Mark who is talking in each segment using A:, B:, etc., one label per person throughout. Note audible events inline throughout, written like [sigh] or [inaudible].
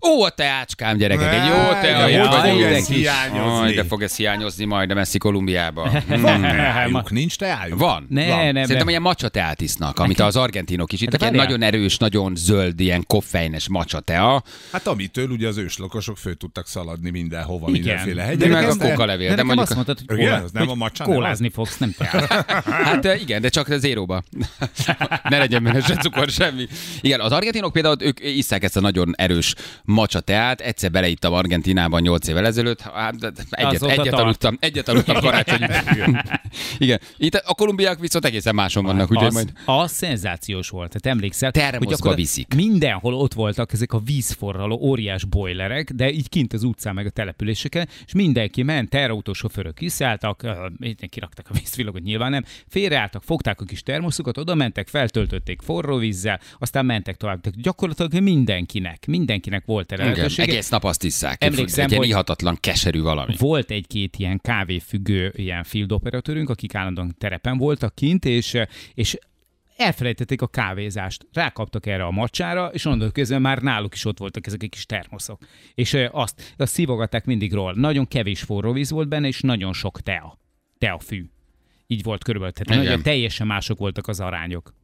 A: Ó, a teácskám, gyerekek, egy jó
B: Ne, de
A: tea.
B: hogy
A: jaj,
B: fog ez
A: mindenki.
B: hiányozni?
A: Aj, de fog ez hiányozni majd a messzi Kolumbiába.
B: Van
A: Hmm.
B: teájuk, nincs teájuk.
A: Van.
C: Ne,
A: van.
C: hát ne, ne.
A: Szerintem ilyen macsa teát isznak, amit az argentinok is itt.
C: Hát
A: Ilyen
C: várjál.
A: nagyon erős, nagyon zöld, ilyen koffeines macsa tea.
B: Hát amitől ugye az őslakosok föl tudtak szaladni mindenhova,
C: Igen.
B: mindenféle
A: De
B: hegyre.
A: meg a
B: Aztán-
A: kokalevél.
C: De,
A: De
C: de nekem azt
A: mondjuk...
C: mondtad, hogy,
B: Igen,
C: kólá,
B: az nem
C: hogy
B: a macsa, nem
C: kólázni fogsz, nem te.
A: Hát eh, igen, de csak zéróba. ne legyen benne se cukor, semmi. Igen, az argentinok például ők isszák ezt a nagyon erős macsa teát. Egyszer beleittam Argentinában 8 évvel ezelőtt. Hát, egyet,
C: Azóta
A: egyet
C: tart.
A: aludtam, egyet aludtam karácsony. igen. Itt a kolumbiák viszont egészen máson vannak, ugye
C: az,
A: majd.
C: az szenzációs volt, tehát emlékszel.
A: Termoszba
C: hogy akkor
A: viszik.
C: Mindenhol ott voltak ezek a vízforraló óriás bojlerek, de így kint az utcán meg a településeken, és mindenki ment, terautósofőrök kiszálltak, ö, mindenki raktak a vízvilogot, nyilván nem, félreálltak, fogták a kis termoszukat, oda mentek, feltöltötték forró vízzel, aztán mentek tovább. Tehát gyakorlatilag mindenkinek, mindenkinek volt erre
A: Igen,
C: lehetősége.
A: egész nap azt isszák.
C: Emlékszem,
A: Egy ilyen
C: hogy-
A: ihatatlan, keserű valami.
C: Volt egy-két ilyen kávéfüggő ilyen field operatőrünk, akik állandóan terepen voltak kint, és, és elfelejtették a kávézást. Rákaptak erre a macsára, és onnantól közben már náluk is ott voltak ezek a kis termoszok. És ö, azt, azt szívogatták mindig ról. Nagyon kevés forró víz volt benne, és nagyon sok tea. Teafű. Így volt körülbelül. Tehát
A: Igen.
C: nagyon teljesen mások voltak az arányok.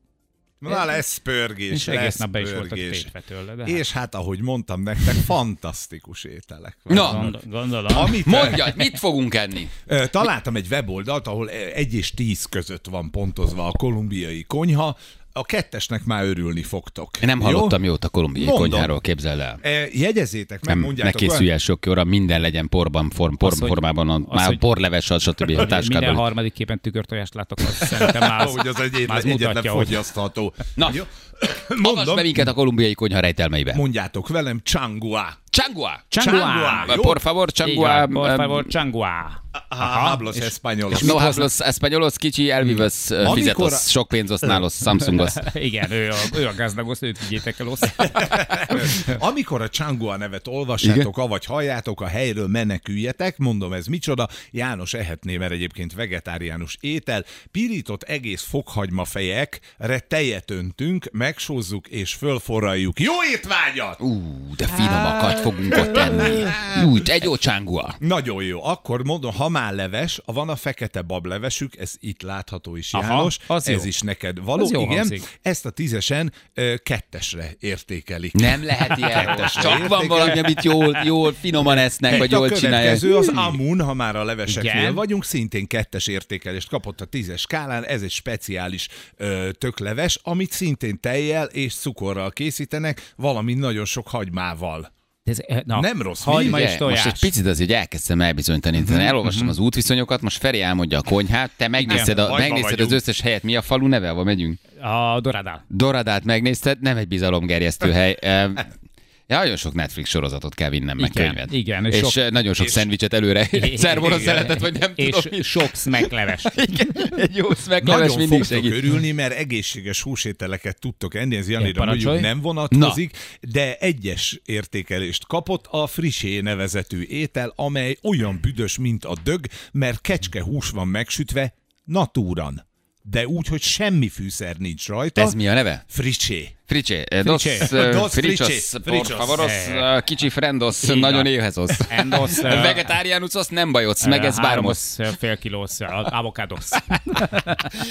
B: Na lesz pörgés,
C: És,
B: lesz
C: egész nap be is voltak
B: pörgés.
C: tétve tőle. De
B: És hát ahogy mondtam nektek, fantasztikus ételek.
A: Na.
C: hát, gondolom.
B: Amit
A: Mondja, mit fogunk enni?
B: Ö, Találtam egy weboldalt, ahol 1 és 10 között van pontozva a kolumbiai konyha. A kettesnek már örülni fogtok.
A: Én nem
B: Jó?
A: hallottam jót a kolumbiai
B: Mondom.
A: konyháról, képzeld el.
B: Ö, Jegyezzétek meg,
A: Nem, ne
B: mondjátok.
A: készülj el sok jóra, minden legyen porban, form, por,
C: Az, hogy-
A: formában, a,
C: az,
A: már
C: hogy-
A: borleves, a stb. a
C: Minden
A: táskában.
C: harmadik képen tükörtojást látok, azt szerintem
B: [laughs]
C: már az,
B: Ahogy az egyetlen,
C: már az
B: egyetlen
C: mutatja, hogy
B: fogyasztható.
A: Na,
B: Jó?
A: Mondom, be minket a kolumbiai konyha rejtelmeibe.
B: Mondjátok velem, changua.
A: Csangua!
C: Csangua!
B: Jó.
A: Por favor,
C: Így van,
A: Csangua!
C: Por favor, Csangua!
B: Aha, hablos españolos.
A: No hablos españolos, kicsi, elvivös,
B: Amikor
A: fizetos,
B: a-
A: sok pénzosz, nálos, Samsungos.
C: [laughs] Igen, ő a, ő a gazdagos, őt vigyétek el osz.
B: [laughs] Amikor a Csangua nevet olvassátok, avagy halljátok, a helyről meneküljetek, mondom ez micsoda, János ehetné, mert egyébként vegetáriánus étel, pirított egész fokhagyma fejekre tejet öntünk, megsózzuk és fölforraljuk. Jó étvágyat!
A: Ú, de finomakat fogunk ott enni. Ú, egy jó Csangua!
B: Nagyon jó. Akkor mondom, ha már leves, van a fekete bablevesük, ez itt látható is,
C: Aha,
B: János.
C: az
B: ez
C: jó.
B: is neked való.
C: Az jó
B: Igen,
C: hangzik.
B: ezt a tízesen ö, kettesre értékelik.
A: Nem lehet ilyen.
B: Kettesre
A: Csak van
B: értékelik.
A: valami, amit jól, jól finoman esznek, vagy
B: Itt a
A: jól csinálják.
B: következő az Amun, ha már a leveseknél
C: Igen.
B: vagyunk, szintén kettes értékelést kapott a tízes skálán, ez egy speciális ö, tökleves, amit szintén tejjel és cukorral készítenek, valami nagyon sok hagymával.
C: Ez, eh, na,
B: Nem rossz,
C: hagyma
B: mi?
C: és
A: Ugye,
C: tojás.
A: most egy picit azért elkezdtem elbizonyítani. Mm-hmm. Elolvastam az útviszonyokat, most Feri elmondja a konyhát, te megnézed, a,
B: bajban
A: megnézed az
B: vagyunk.
A: összes helyet, mi a falu neve, ahol megyünk.
C: A Doradál.
A: Doradát megnézted, nem egy bizalomgerjesztő hely. Ehm, Ja, nagyon sok Netflix sorozatot kell vinnem, meg
C: Igen,
A: könyvet.
C: igen,
A: és,
C: és
A: és
C: sok-
A: sok, nagyon sok és... szendvicset előre. [laughs] Szervoros
C: [laughs] Igen.
A: szeletet, vagy nem
C: És
A: tudom. És...
C: sok
A: [laughs]
C: smekleves.
A: Egy jó szmekleves
B: Nagyon
A: mindig
B: fogtok
A: segít.
B: örülni, mert egészséges húsételeket tudtok enni, ez Janira
C: parancsolj.
B: mondjuk nem vonatkozik, Na. de egyes értékelést kapott a frissé nevezetű étel, amely olyan büdös, mint a dög, mert kecske hús van megsütve natúran, de úgy, hogy semmi fűszer nincs rajta.
A: Ez mi a neve?
B: Fricsé.
A: Fricsé. eh, Dos,
C: Fricsé.
A: eh,
B: Dos
A: fricsos,
B: fricsé.
A: por
B: Fricsos.
A: favoros, eh, kicsi friendos, nagyon éhezos.
C: Endos, eh,
A: Vegetáriánuszos, nem bajodsz, meg ez bármos.
C: Háromos, fél kilós,
A: [laughs]
C: avokádos.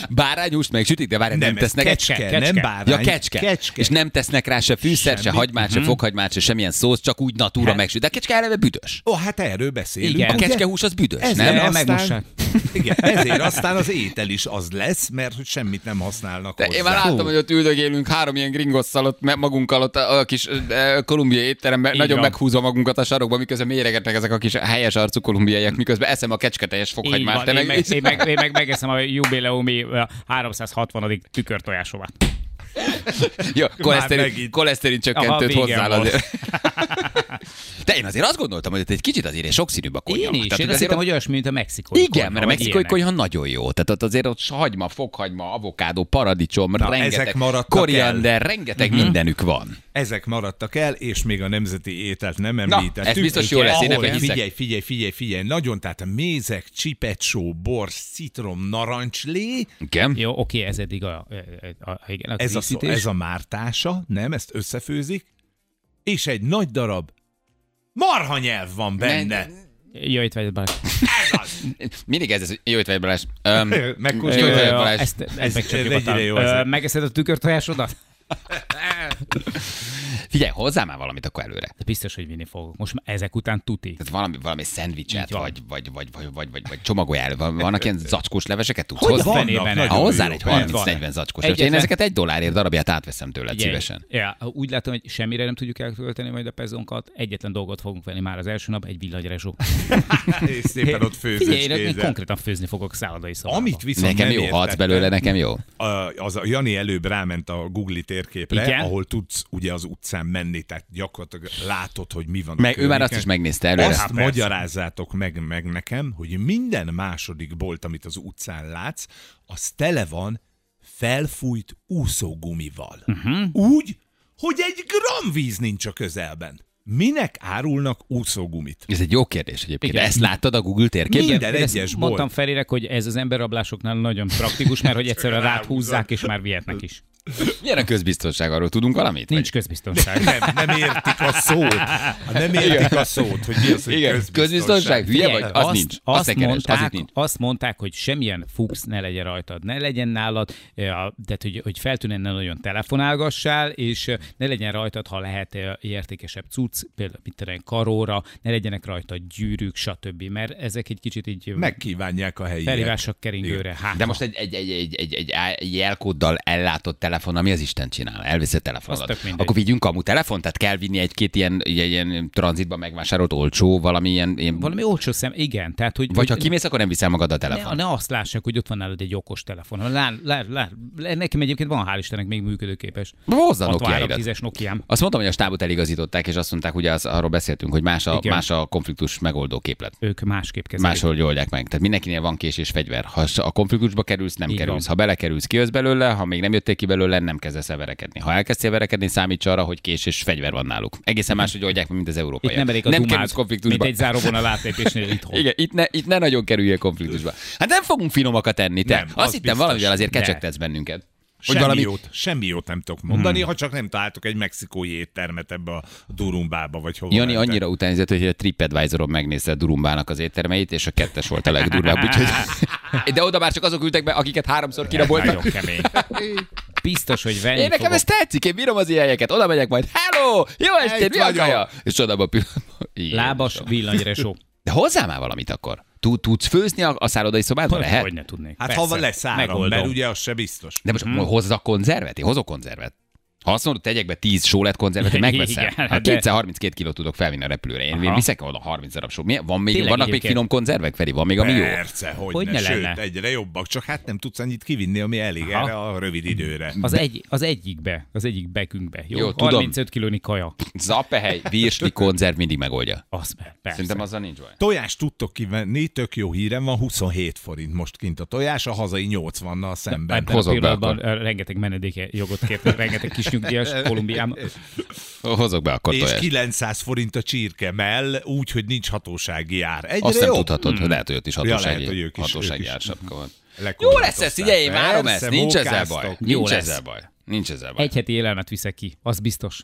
A: Bárányhúst meg sütik, de várják, nem,
B: Nem,
A: nem
B: ez
A: tesznek.
B: kecske,
C: kecske,
B: nem
C: kecske.
B: bárány.
A: Ja, kecske.
B: kecske.
A: És nem tesznek rá se fűszer, se
B: Semmi.
A: hagymát, se fokhagymát, se semmilyen szósz, csak úgy natúra megsüt. De a kecske eleve büdös.
B: Ó, hát erről beszélünk.
C: Igen.
A: A
B: ugye?
A: kecskehús az büdös,
B: Ezért
A: nem?
C: nem?
B: aztán,
C: Megmossák.
B: Igen, ezért aztán az étel is az lesz, mert hogy semmit nem használnak
A: De
B: hozzá.
A: én már láttam, hogy ott üldögélünk három ilyen gringosszal ott me- magunkkal ott a a kis eh, kolumbiai étteremben,
C: Így
A: nagyon
C: van.
A: meghúzva magunkat a sarokba, miközben méregetnek ezek a kis helyes arcú kolumbiaiak, miközben eszem a kecsketeljes
C: Így
A: fokhagymát.
C: van,
A: Te
C: én, meg,
A: [laughs] meg...
C: én, meg, én meg megeszem a jubileumi ö, 360. tükörtojásomat.
A: Ja, koleszterin,
B: megint.
A: koleszterin
C: Aha,
A: csökkentőt
C: vége
A: hozzá
C: volt.
A: azért. [laughs] De én azért azt gondoltam, hogy ott egy kicsit azért sokszínűbb a konyha.
C: Én is,
A: Tehát
C: én azt
A: azért
C: hittem,
A: ott-
C: hogy olyasmi, mint a mexikói
A: Igen,
C: konyha,
A: mert a
C: vagy
A: mexikói
C: ilyenek.
A: konyha nagyon jó. Tehát ott azért ott hagyma, fokhagyma, avokádó, paradicsom, Na, rengeteg
B: ezek maradtak
A: koriander, el. rengeteg
C: Mhm.
A: uh-huh. mindenük van.
B: Ezek maradtak el, és még a nemzeti ételt nem
A: Na,
B: említettük.
A: ez biztos jó
B: Igen,
A: lesz, én
B: ahol-
A: ebben hiszek.
B: Figyelj, figyelj, figyelj, figyelj, nagyon, tehát a mézek, csipecsó, bors, citrom, narancslé,
A: Igen?
C: Jó, oké, ez eddig a, eh, a, a, igen, a
B: ez a, szó,
C: készítés.
B: ez a mártása, nem, ezt összefőzik, és egy nagy darab Marha nyelv van benne.
C: Jaj, itt vagy, Balázs.
B: Ez az.
A: Mindig ez, ez jó étvágy Balázs. Öm,
B: [laughs] Megkóstolj.
A: Jó,
C: Ö,
A: jó, Balázs.
C: Ezt, ezt
B: Ez-
C: meg csak
B: ez
C: nyugodtan.
B: egyre jó,
C: Ö,
B: ez-
C: Megeszed a tükörtojásodat?
A: figyelj, hozzá már valamit akkor előre.
C: De biztos, hogy vinni fogok. Most már ezek után tuti.
A: Tehát valami, valami szendvicset,
C: Így van.
A: vagy, vagy, vagy, vagy, vagy, vagy, vagy csomagoljál. Van- Vannak
C: [laughs]
A: ilyen zacskós leveseket tudsz
C: Hogy
A: hozzá?
C: van?
A: Ha
C: Nagyon
A: hozzá egy
B: egy
A: 30-40 zacskós leves, én
C: Egyetlen-
A: ezeket egy dollárért darabját átveszem tőled szívesen.
C: Ja, úgy látom, hogy semmire nem tudjuk elkölteni majd a pezonkat. Egyetlen dolgot fogunk venni már az első nap, egy villagyrezsó.
B: [laughs] És szépen Hát ott
C: Figyelj, én- én
B: főzőskézzel.
C: konkrétan főzni fogok szállodai szobába.
B: Amit viszont
A: Nekem
B: nem
A: jó, ha adsz
B: értettem,
A: belőle, nekem jó.
B: a- az a Jani előbb ráment a Google térképre,
C: Igen?
B: ahol tudsz ugye az utcán menni, tehát gyakorlatilag látod, hogy mi van. a
A: Meg, ő már azt
B: környéken.
A: is megnézte előre. Hát
B: Azt
C: persze.
B: magyarázzátok meg, meg nekem, hogy minden második bolt, amit az utcán látsz, az tele van felfújt úszógumival.
A: Mhm.
B: Uh-huh. Úgy, hogy egy gram víz nincs a közelben. Minek árulnak úszógumit?
A: Ez egy jó kérdés egyébként.
C: Igen.
A: Ezt láttad a Google térképen?
B: Minden
C: Én ezt
B: egyes bolt.
C: Mondtam Ferének, hogy ez az emberrablásoknál nagyon praktikus, mert
B: [laughs]
C: hogy egyszerűen rád húzzák, és már vihetnek is.
A: Milyen a közbiztonság, arról tudunk valamit?
C: Nincs közbiztonság.
B: Nem, nem értik a szót. Nem értik a szót, hogy mi az, hogy
A: Vagy? Igen, közbiztonság, hülye vagy? Az nincs.
C: Azt,
A: Azt ne
C: azt,
A: keresd, az
C: mondták,
A: itt nincs.
C: azt mondták, hogy semmilyen fux ne legyen rajtad, ne legyen nálad, eh, a- tehát hogy, hogy feltűnően ne nagyon telefonálgassál, és eh, ne legyen rajtad, ha lehet eh, értékesebb cucc, például mit tudom, én, karóra, ne legyenek rajta gyűrűk, stb. Mert ezek egy kicsit így
B: Megkívánják a helyiek.
C: felhívások keringőre. Hát,
A: De most egy, egy, egy, egy, egy, egy, á- egy jelkóddal ellátott telefon, ami az Isten csinál, elviszi a
C: Az
A: telefonodat.
C: tök mindegy.
A: Akkor vigyünk kamu telefon, tehát kell vinni egy-két ilyen, ilyen, ilyen tranzitban megvásárolt olcsó, valami ilyen, ilyen
C: valami olcsó szem, igen. Tehát, hogy,
A: vagy ha
C: hogy,
A: kimész, akkor nem viszel magad a telefon.
C: Ne, ne azt lássák, hogy ott van nálad egy okos telefon. Lá, lá, lá, lá, nekem egyébként van, hál' Istennek, még működőképes.
A: Hozzá Nokia-idat.
C: 6310-es Nokiám.
A: Azt mondtam, hogy a stábot eligazították, és azt mondták, ugye az, arról beszéltünk, hogy más a,
C: Igen.
A: más a konfliktus megoldó képlet.
C: Ők másképp kezelik.
A: Máshol oldják meg. Tehát mindenkinél van kés és fegyver. Ha s- a konfliktusba kerülsz, nem
C: Így van.
A: kerülsz. Ha belekerülsz, kijössz belőle, ha még nem jöttél ki belőle, nem kezdesz el verekedni. Ha elkezdtél verekedni, számíts arra, hogy kés és fegyver van náluk. Egészen máshogy oldják meg, mint az európai.
C: Itt nem elég a
A: nem
C: dumát,
A: kerülsz konfliktusba.
C: mint egy záróvonal
A: [laughs]
C: átlépésnél itthon.
A: Igen, itt ne, itt ne nagyon kerüljél konfliktusba. Hát nem fogunk finomakat enni, te.
B: Nem,
A: Nem,
B: az
A: azt hittem
B: biztos.
A: valamivel azért
C: De.
A: kecsegtetsz bennünket.
B: Semmi valami... jót, semmi jót nem tudok mondani,
C: Mhm.
B: hmm. ha csak nem találtok egy mexikói éttermet ebbe a durumbába, vagy hova.
A: Jani
B: mentek.
A: annyira utánizett, hogy a TripAdvisor-on megnézte a Durumbának az éttermeit, és a kettes volt a
C: [laughs]
A: legdurvább, úgyhogy... De oda már csak azok ültek be, akiket háromszor
C: Nagyon
A: kiraboltak.
C: kemény.
B: Hát
C: Biztos, hogy venni
A: Én nekem
C: fogok.
A: ez tetszik, én bírom az ilyen helyeket. Oda megyek majd, hello, jó estét, mi a
B: vagyok.
A: kaja? És csodában pillanatban. Igen.
C: Lábas
A: [laughs]
C: villanyresó.
A: De hozzá már valamit akkor. Tú- Tudsz főzni a a szállodai szobádban? Lehet?
C: Hogy ne tudnék.
B: Hát
C: Persze.
B: ha van lesz áram,
C: Megoldom.
B: mert ugye az se biztos.
A: De
C: Hm?
A: most hozzá konzervet? Én hozok konzervet. Ha azt mondod, tegyek be 10 sólet konzervet, én megveszem.
C: Igen,
A: hát
C: de-
A: 232 kilót tudok felvinni a repülőre. Én
C: Aha.
A: viszek oda 30 darab só. Mi- Van még,
C: Tényleg
A: vannak még
C: egyébként.
A: finom konzervek, Feri? Van még, ami jó?
B: Persze, hogy,
C: Hogy
B: ne.
C: ne
B: Sőt,
C: lenne?
B: egyre jobbak, csak hát nem tudsz annyit kivinni, ami elég
C: Aha.
B: erre a rövid időre.
C: Az, egy, az egyikbe, az egyik bekünkbe. Jó,
A: Jó,
C: jó
A: tudom.
C: 35 kilónyi kaja.
A: Zapehely, virsli konzerv mindig megoldja.
C: Az meg, persze.
A: Szerintem azzal nincs olyan.
B: Tojást tudtok kivenni, tök jó hírem van, 27 forint most kint a tojás, a hazai 80-nal szemben.
C: Ebben a
A: Hozok be
C: pillanatban ö, rengeteg menedéke jogot kértek, rengeteg kis nyugdíjas
B: [laughs]
C: Kolumbiám.
A: Hozok be akkor
B: És
A: tojást.
B: 900 forint a csirke mell, úgy, hogy nincs hatósági ár. Egyre
A: Azt nem
B: jobb.
A: tudhatod,
C: Hmm.
A: hogy lehet, hogy ott is hatósági,
B: lehet, hogy ők is-
A: hatósági
B: ők is.
A: ársapka van. Jó lesz
B: Lekorlátozták.
A: ez, figyelj, én várom
B: Persze,
A: ezt, nincs ezzel
B: mókáztok.
A: baj.
C: Jó
A: Nincs
C: lesz.
A: ezzel baj. Nincs ezzel baj.
C: Egy heti élelmet viszek ki, az biztos.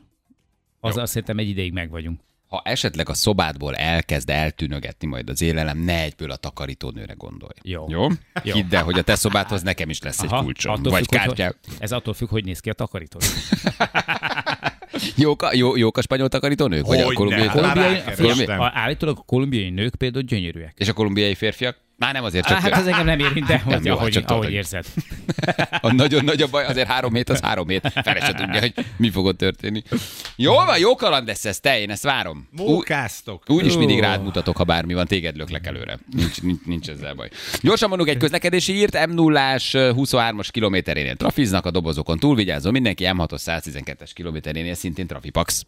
C: Az azt szerintem egy ideig meg vagyunk.
A: Ha esetleg a szobádból elkezd eltűnögetni majd az élelem, ne egyből a takarítónőre gondolj.
C: Jó.
A: Jó?
C: Jó.
A: Hidd el, hogy a te szobádhoz nekem is lesz egy kulcsom, vagy
C: függ, hogy-
A: kártya.
C: Hogy, ez attól függ, hogy néz ki a takarító.
A: [laughs] Jók a, jó, jók a spanyol takarítónők? Vagy a
B: Hogyne,
A: kolumbiai
B: hát
A: kolumbiai-
B: már
C: Kolumbiai,
B: rákerestem.
A: kolumbiai-
C: figyelj, a- állítólag a kolumbiai nők például gyönyörűek.
A: És a kolumbiai férfiak? Már nem azért, csak
C: Hát
A: [laughs]
C: ez engem nem érint, de hogy
A: jó, hát
C: ahogy,
A: csak tudod,
C: ahogy
A: hogy-
C: érzed.
A: [laughs] A nagyon nagy a baj, azért három hét az három hét. Fele se tudja, hogy mi fog ott történni. Jó van, jó kaland lesz ez, te, én ezt várom. Ú-
B: Mókáztok.
A: Úgyis mindig rád mutatok, ha bármi van, téged löklek előre. Nincs, nincs, nincs ezzel baj. Gyorsan mondunk egy közlekedési írt, M0-ás 23-as kilométerénél trafiznak a dobozokon, túlvigyázom mindenki, M6-os 112-es kilométerénél szintén trafipax.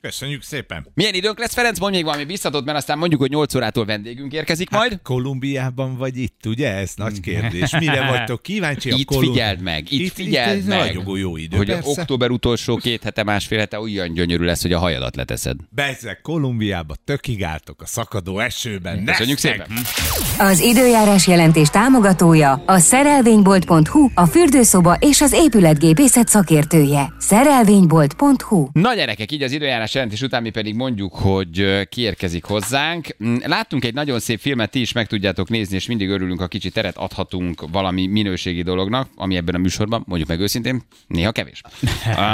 B: Köszönjük szépen.
A: Milyen időnk lesz, Ferenc? Mondj még valami biztatót, mert aztán mondjuk, hogy 8 órától vendégünk érkezik
B: Hát,
A: majd.
B: Kolumbiában vagy itt, ugye? Ez nagy kérdés. Mire
A: [laughs]
B: vagytok kíváncsi?
A: Itt figyeld meg, itt figyeld
B: ez
A: meg.
B: Nagyon jó idő,
A: hogy
B: hogy
A: a
B: persze.
A: október utolsó két hete, másfél hete olyan gyönyörű lesz, hogy a hajadat leteszed.
B: Bezeg Kolumbiába tökig álltok a szakadó esőben.
A: Köszönjük
B: Nesztek!
A: szépen!
D: Az időjárás jelentés támogatója a szerelvénybolt.hu, a fürdőszoba és az épületgépészet szakértője. Szerelvénybolt.hu
A: Na gyerekek, így az időjárás időjárás jelentés után mi pedig mondjuk, hogy ö, kiérkezik hozzánk. Mm, Láttunk egy nagyon szép filmet, ti is meg tudjátok nézni, és mindig örülünk, ha kicsi teret adhatunk valami minőségi dolognak, ami ebben a műsorban, mondjuk meg őszintén, néha
C: [laughs]
A: kevés.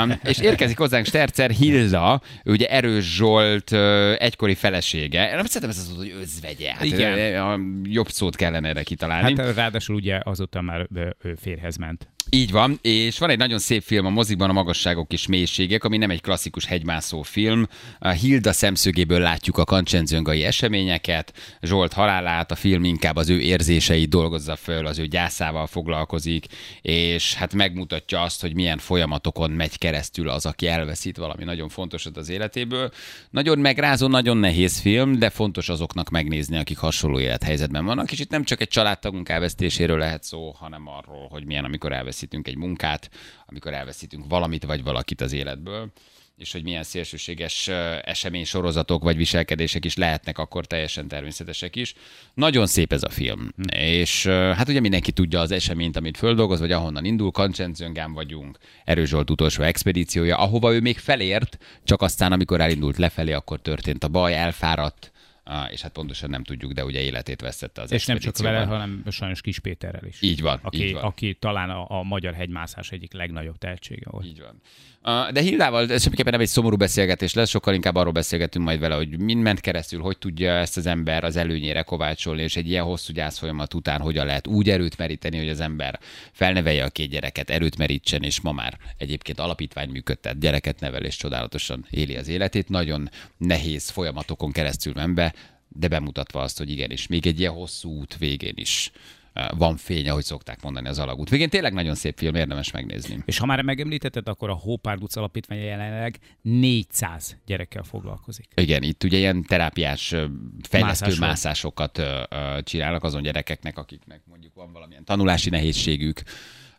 A: Um, és érkezik hozzánk Stercer Hilda, ő ugye Erős Zsolt ö, egykori felesége. Én Szerintem ez az, hogy özvegye. Hát,
C: Igen.
A: ö, A jobb szót kellene erre kitalálni.
C: Hát ráadásul ugye azóta már ö, ő férhez ment.
A: Így van, és van egy nagyon szép film a moziban, a Magasságok és Mélységek, ami nem egy klasszikus hegymászó film. A Hilda szemszögéből látjuk a kancsenzöngai eseményeket, Zsolt halálát, a film inkább az ő érzéseit dolgozza föl, az ő gyászával foglalkozik, és hát megmutatja azt, hogy milyen folyamatokon megy keresztül az, aki elveszít valami nagyon fontosat az életéből. Nagyon megrázó, nagyon nehéz film, de fontos azoknak megnézni, akik hasonló élethelyzetben vannak, és itt nem csak egy családtagunk elvesztéséről lehet szó, hanem arról, hogy milyen, amikor elveszítünk egy munkát, amikor elveszítünk valamit vagy valakit az életből és hogy milyen szélsőséges ö, esemény sorozatok vagy viselkedések is lehetnek akkor teljesen természetesek is. Nagyon szép ez a film,
C: Hm.
A: és ö, hát ugye mindenki tudja az eseményt, amit földolgoz, vagy ahonnan indul, Kancsenzöngán vagyunk, Erős Zsolt utolsó expedíciója, ahova ő még felért, csak aztán, amikor elindult lefelé, akkor történt a baj, elfáradt, á, és hát pontosan nem tudjuk, de ugye életét vesztette az
C: És nem csak
A: expedícióban.
C: vele, hanem sajnos Kis Péterrel is.
A: Így van,
C: Aki,
A: így van.
C: aki talán a, a magyar hegymászás egyik legnagyobb tehetsége volt.
A: Így van. Ö, De Hildával ez semmiképpen nem egy szomorú beszélgetés lesz, sokkal inkább arról beszélgetünk majd vele, hogy mind ment keresztül, hogy tudja ezt az ember az előnyére kovácsolni, és egy ilyen hosszú gyászfolyamat után hogyan lehet úgy erőt meríteni, hogy az ember felnevelje a két gyereket, erőt merítsen, és ma már egyébként alapítvány működtet, gyereket nevel, és csodálatosan éli az életét. Nagyon nehéz folyamatokon keresztül menve, de bemutatva azt, hogy igenis, még egy ilyen hosszú út végén is ö, van fény, ahogy szokták mondani az alagút. Végén tényleg nagyon szép film, érdemes megnézni.
C: És ha már megemlítetted, akkor a Hópárd utca alapítvány jelenleg 400 gyerekkel foglalkozik.
A: Igen, itt ugye ilyen terápiás ö, fejlesztő
C: Mászásról.
A: mászásokat ö, ö, csinálnak azon gyerekeknek, akiknek mondjuk van valamilyen tanulási nehézségük,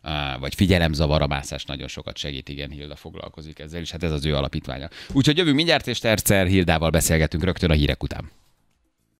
A: ö, vagy figyelemzavar, a mászás nagyon sokat segít, igen, Hilda foglalkozik ezzel, és hát ez az ő alapítványa. Úgyhogy jövünk mindjárt, és Tercer Hildával beszélgetünk rögtön a hírek után.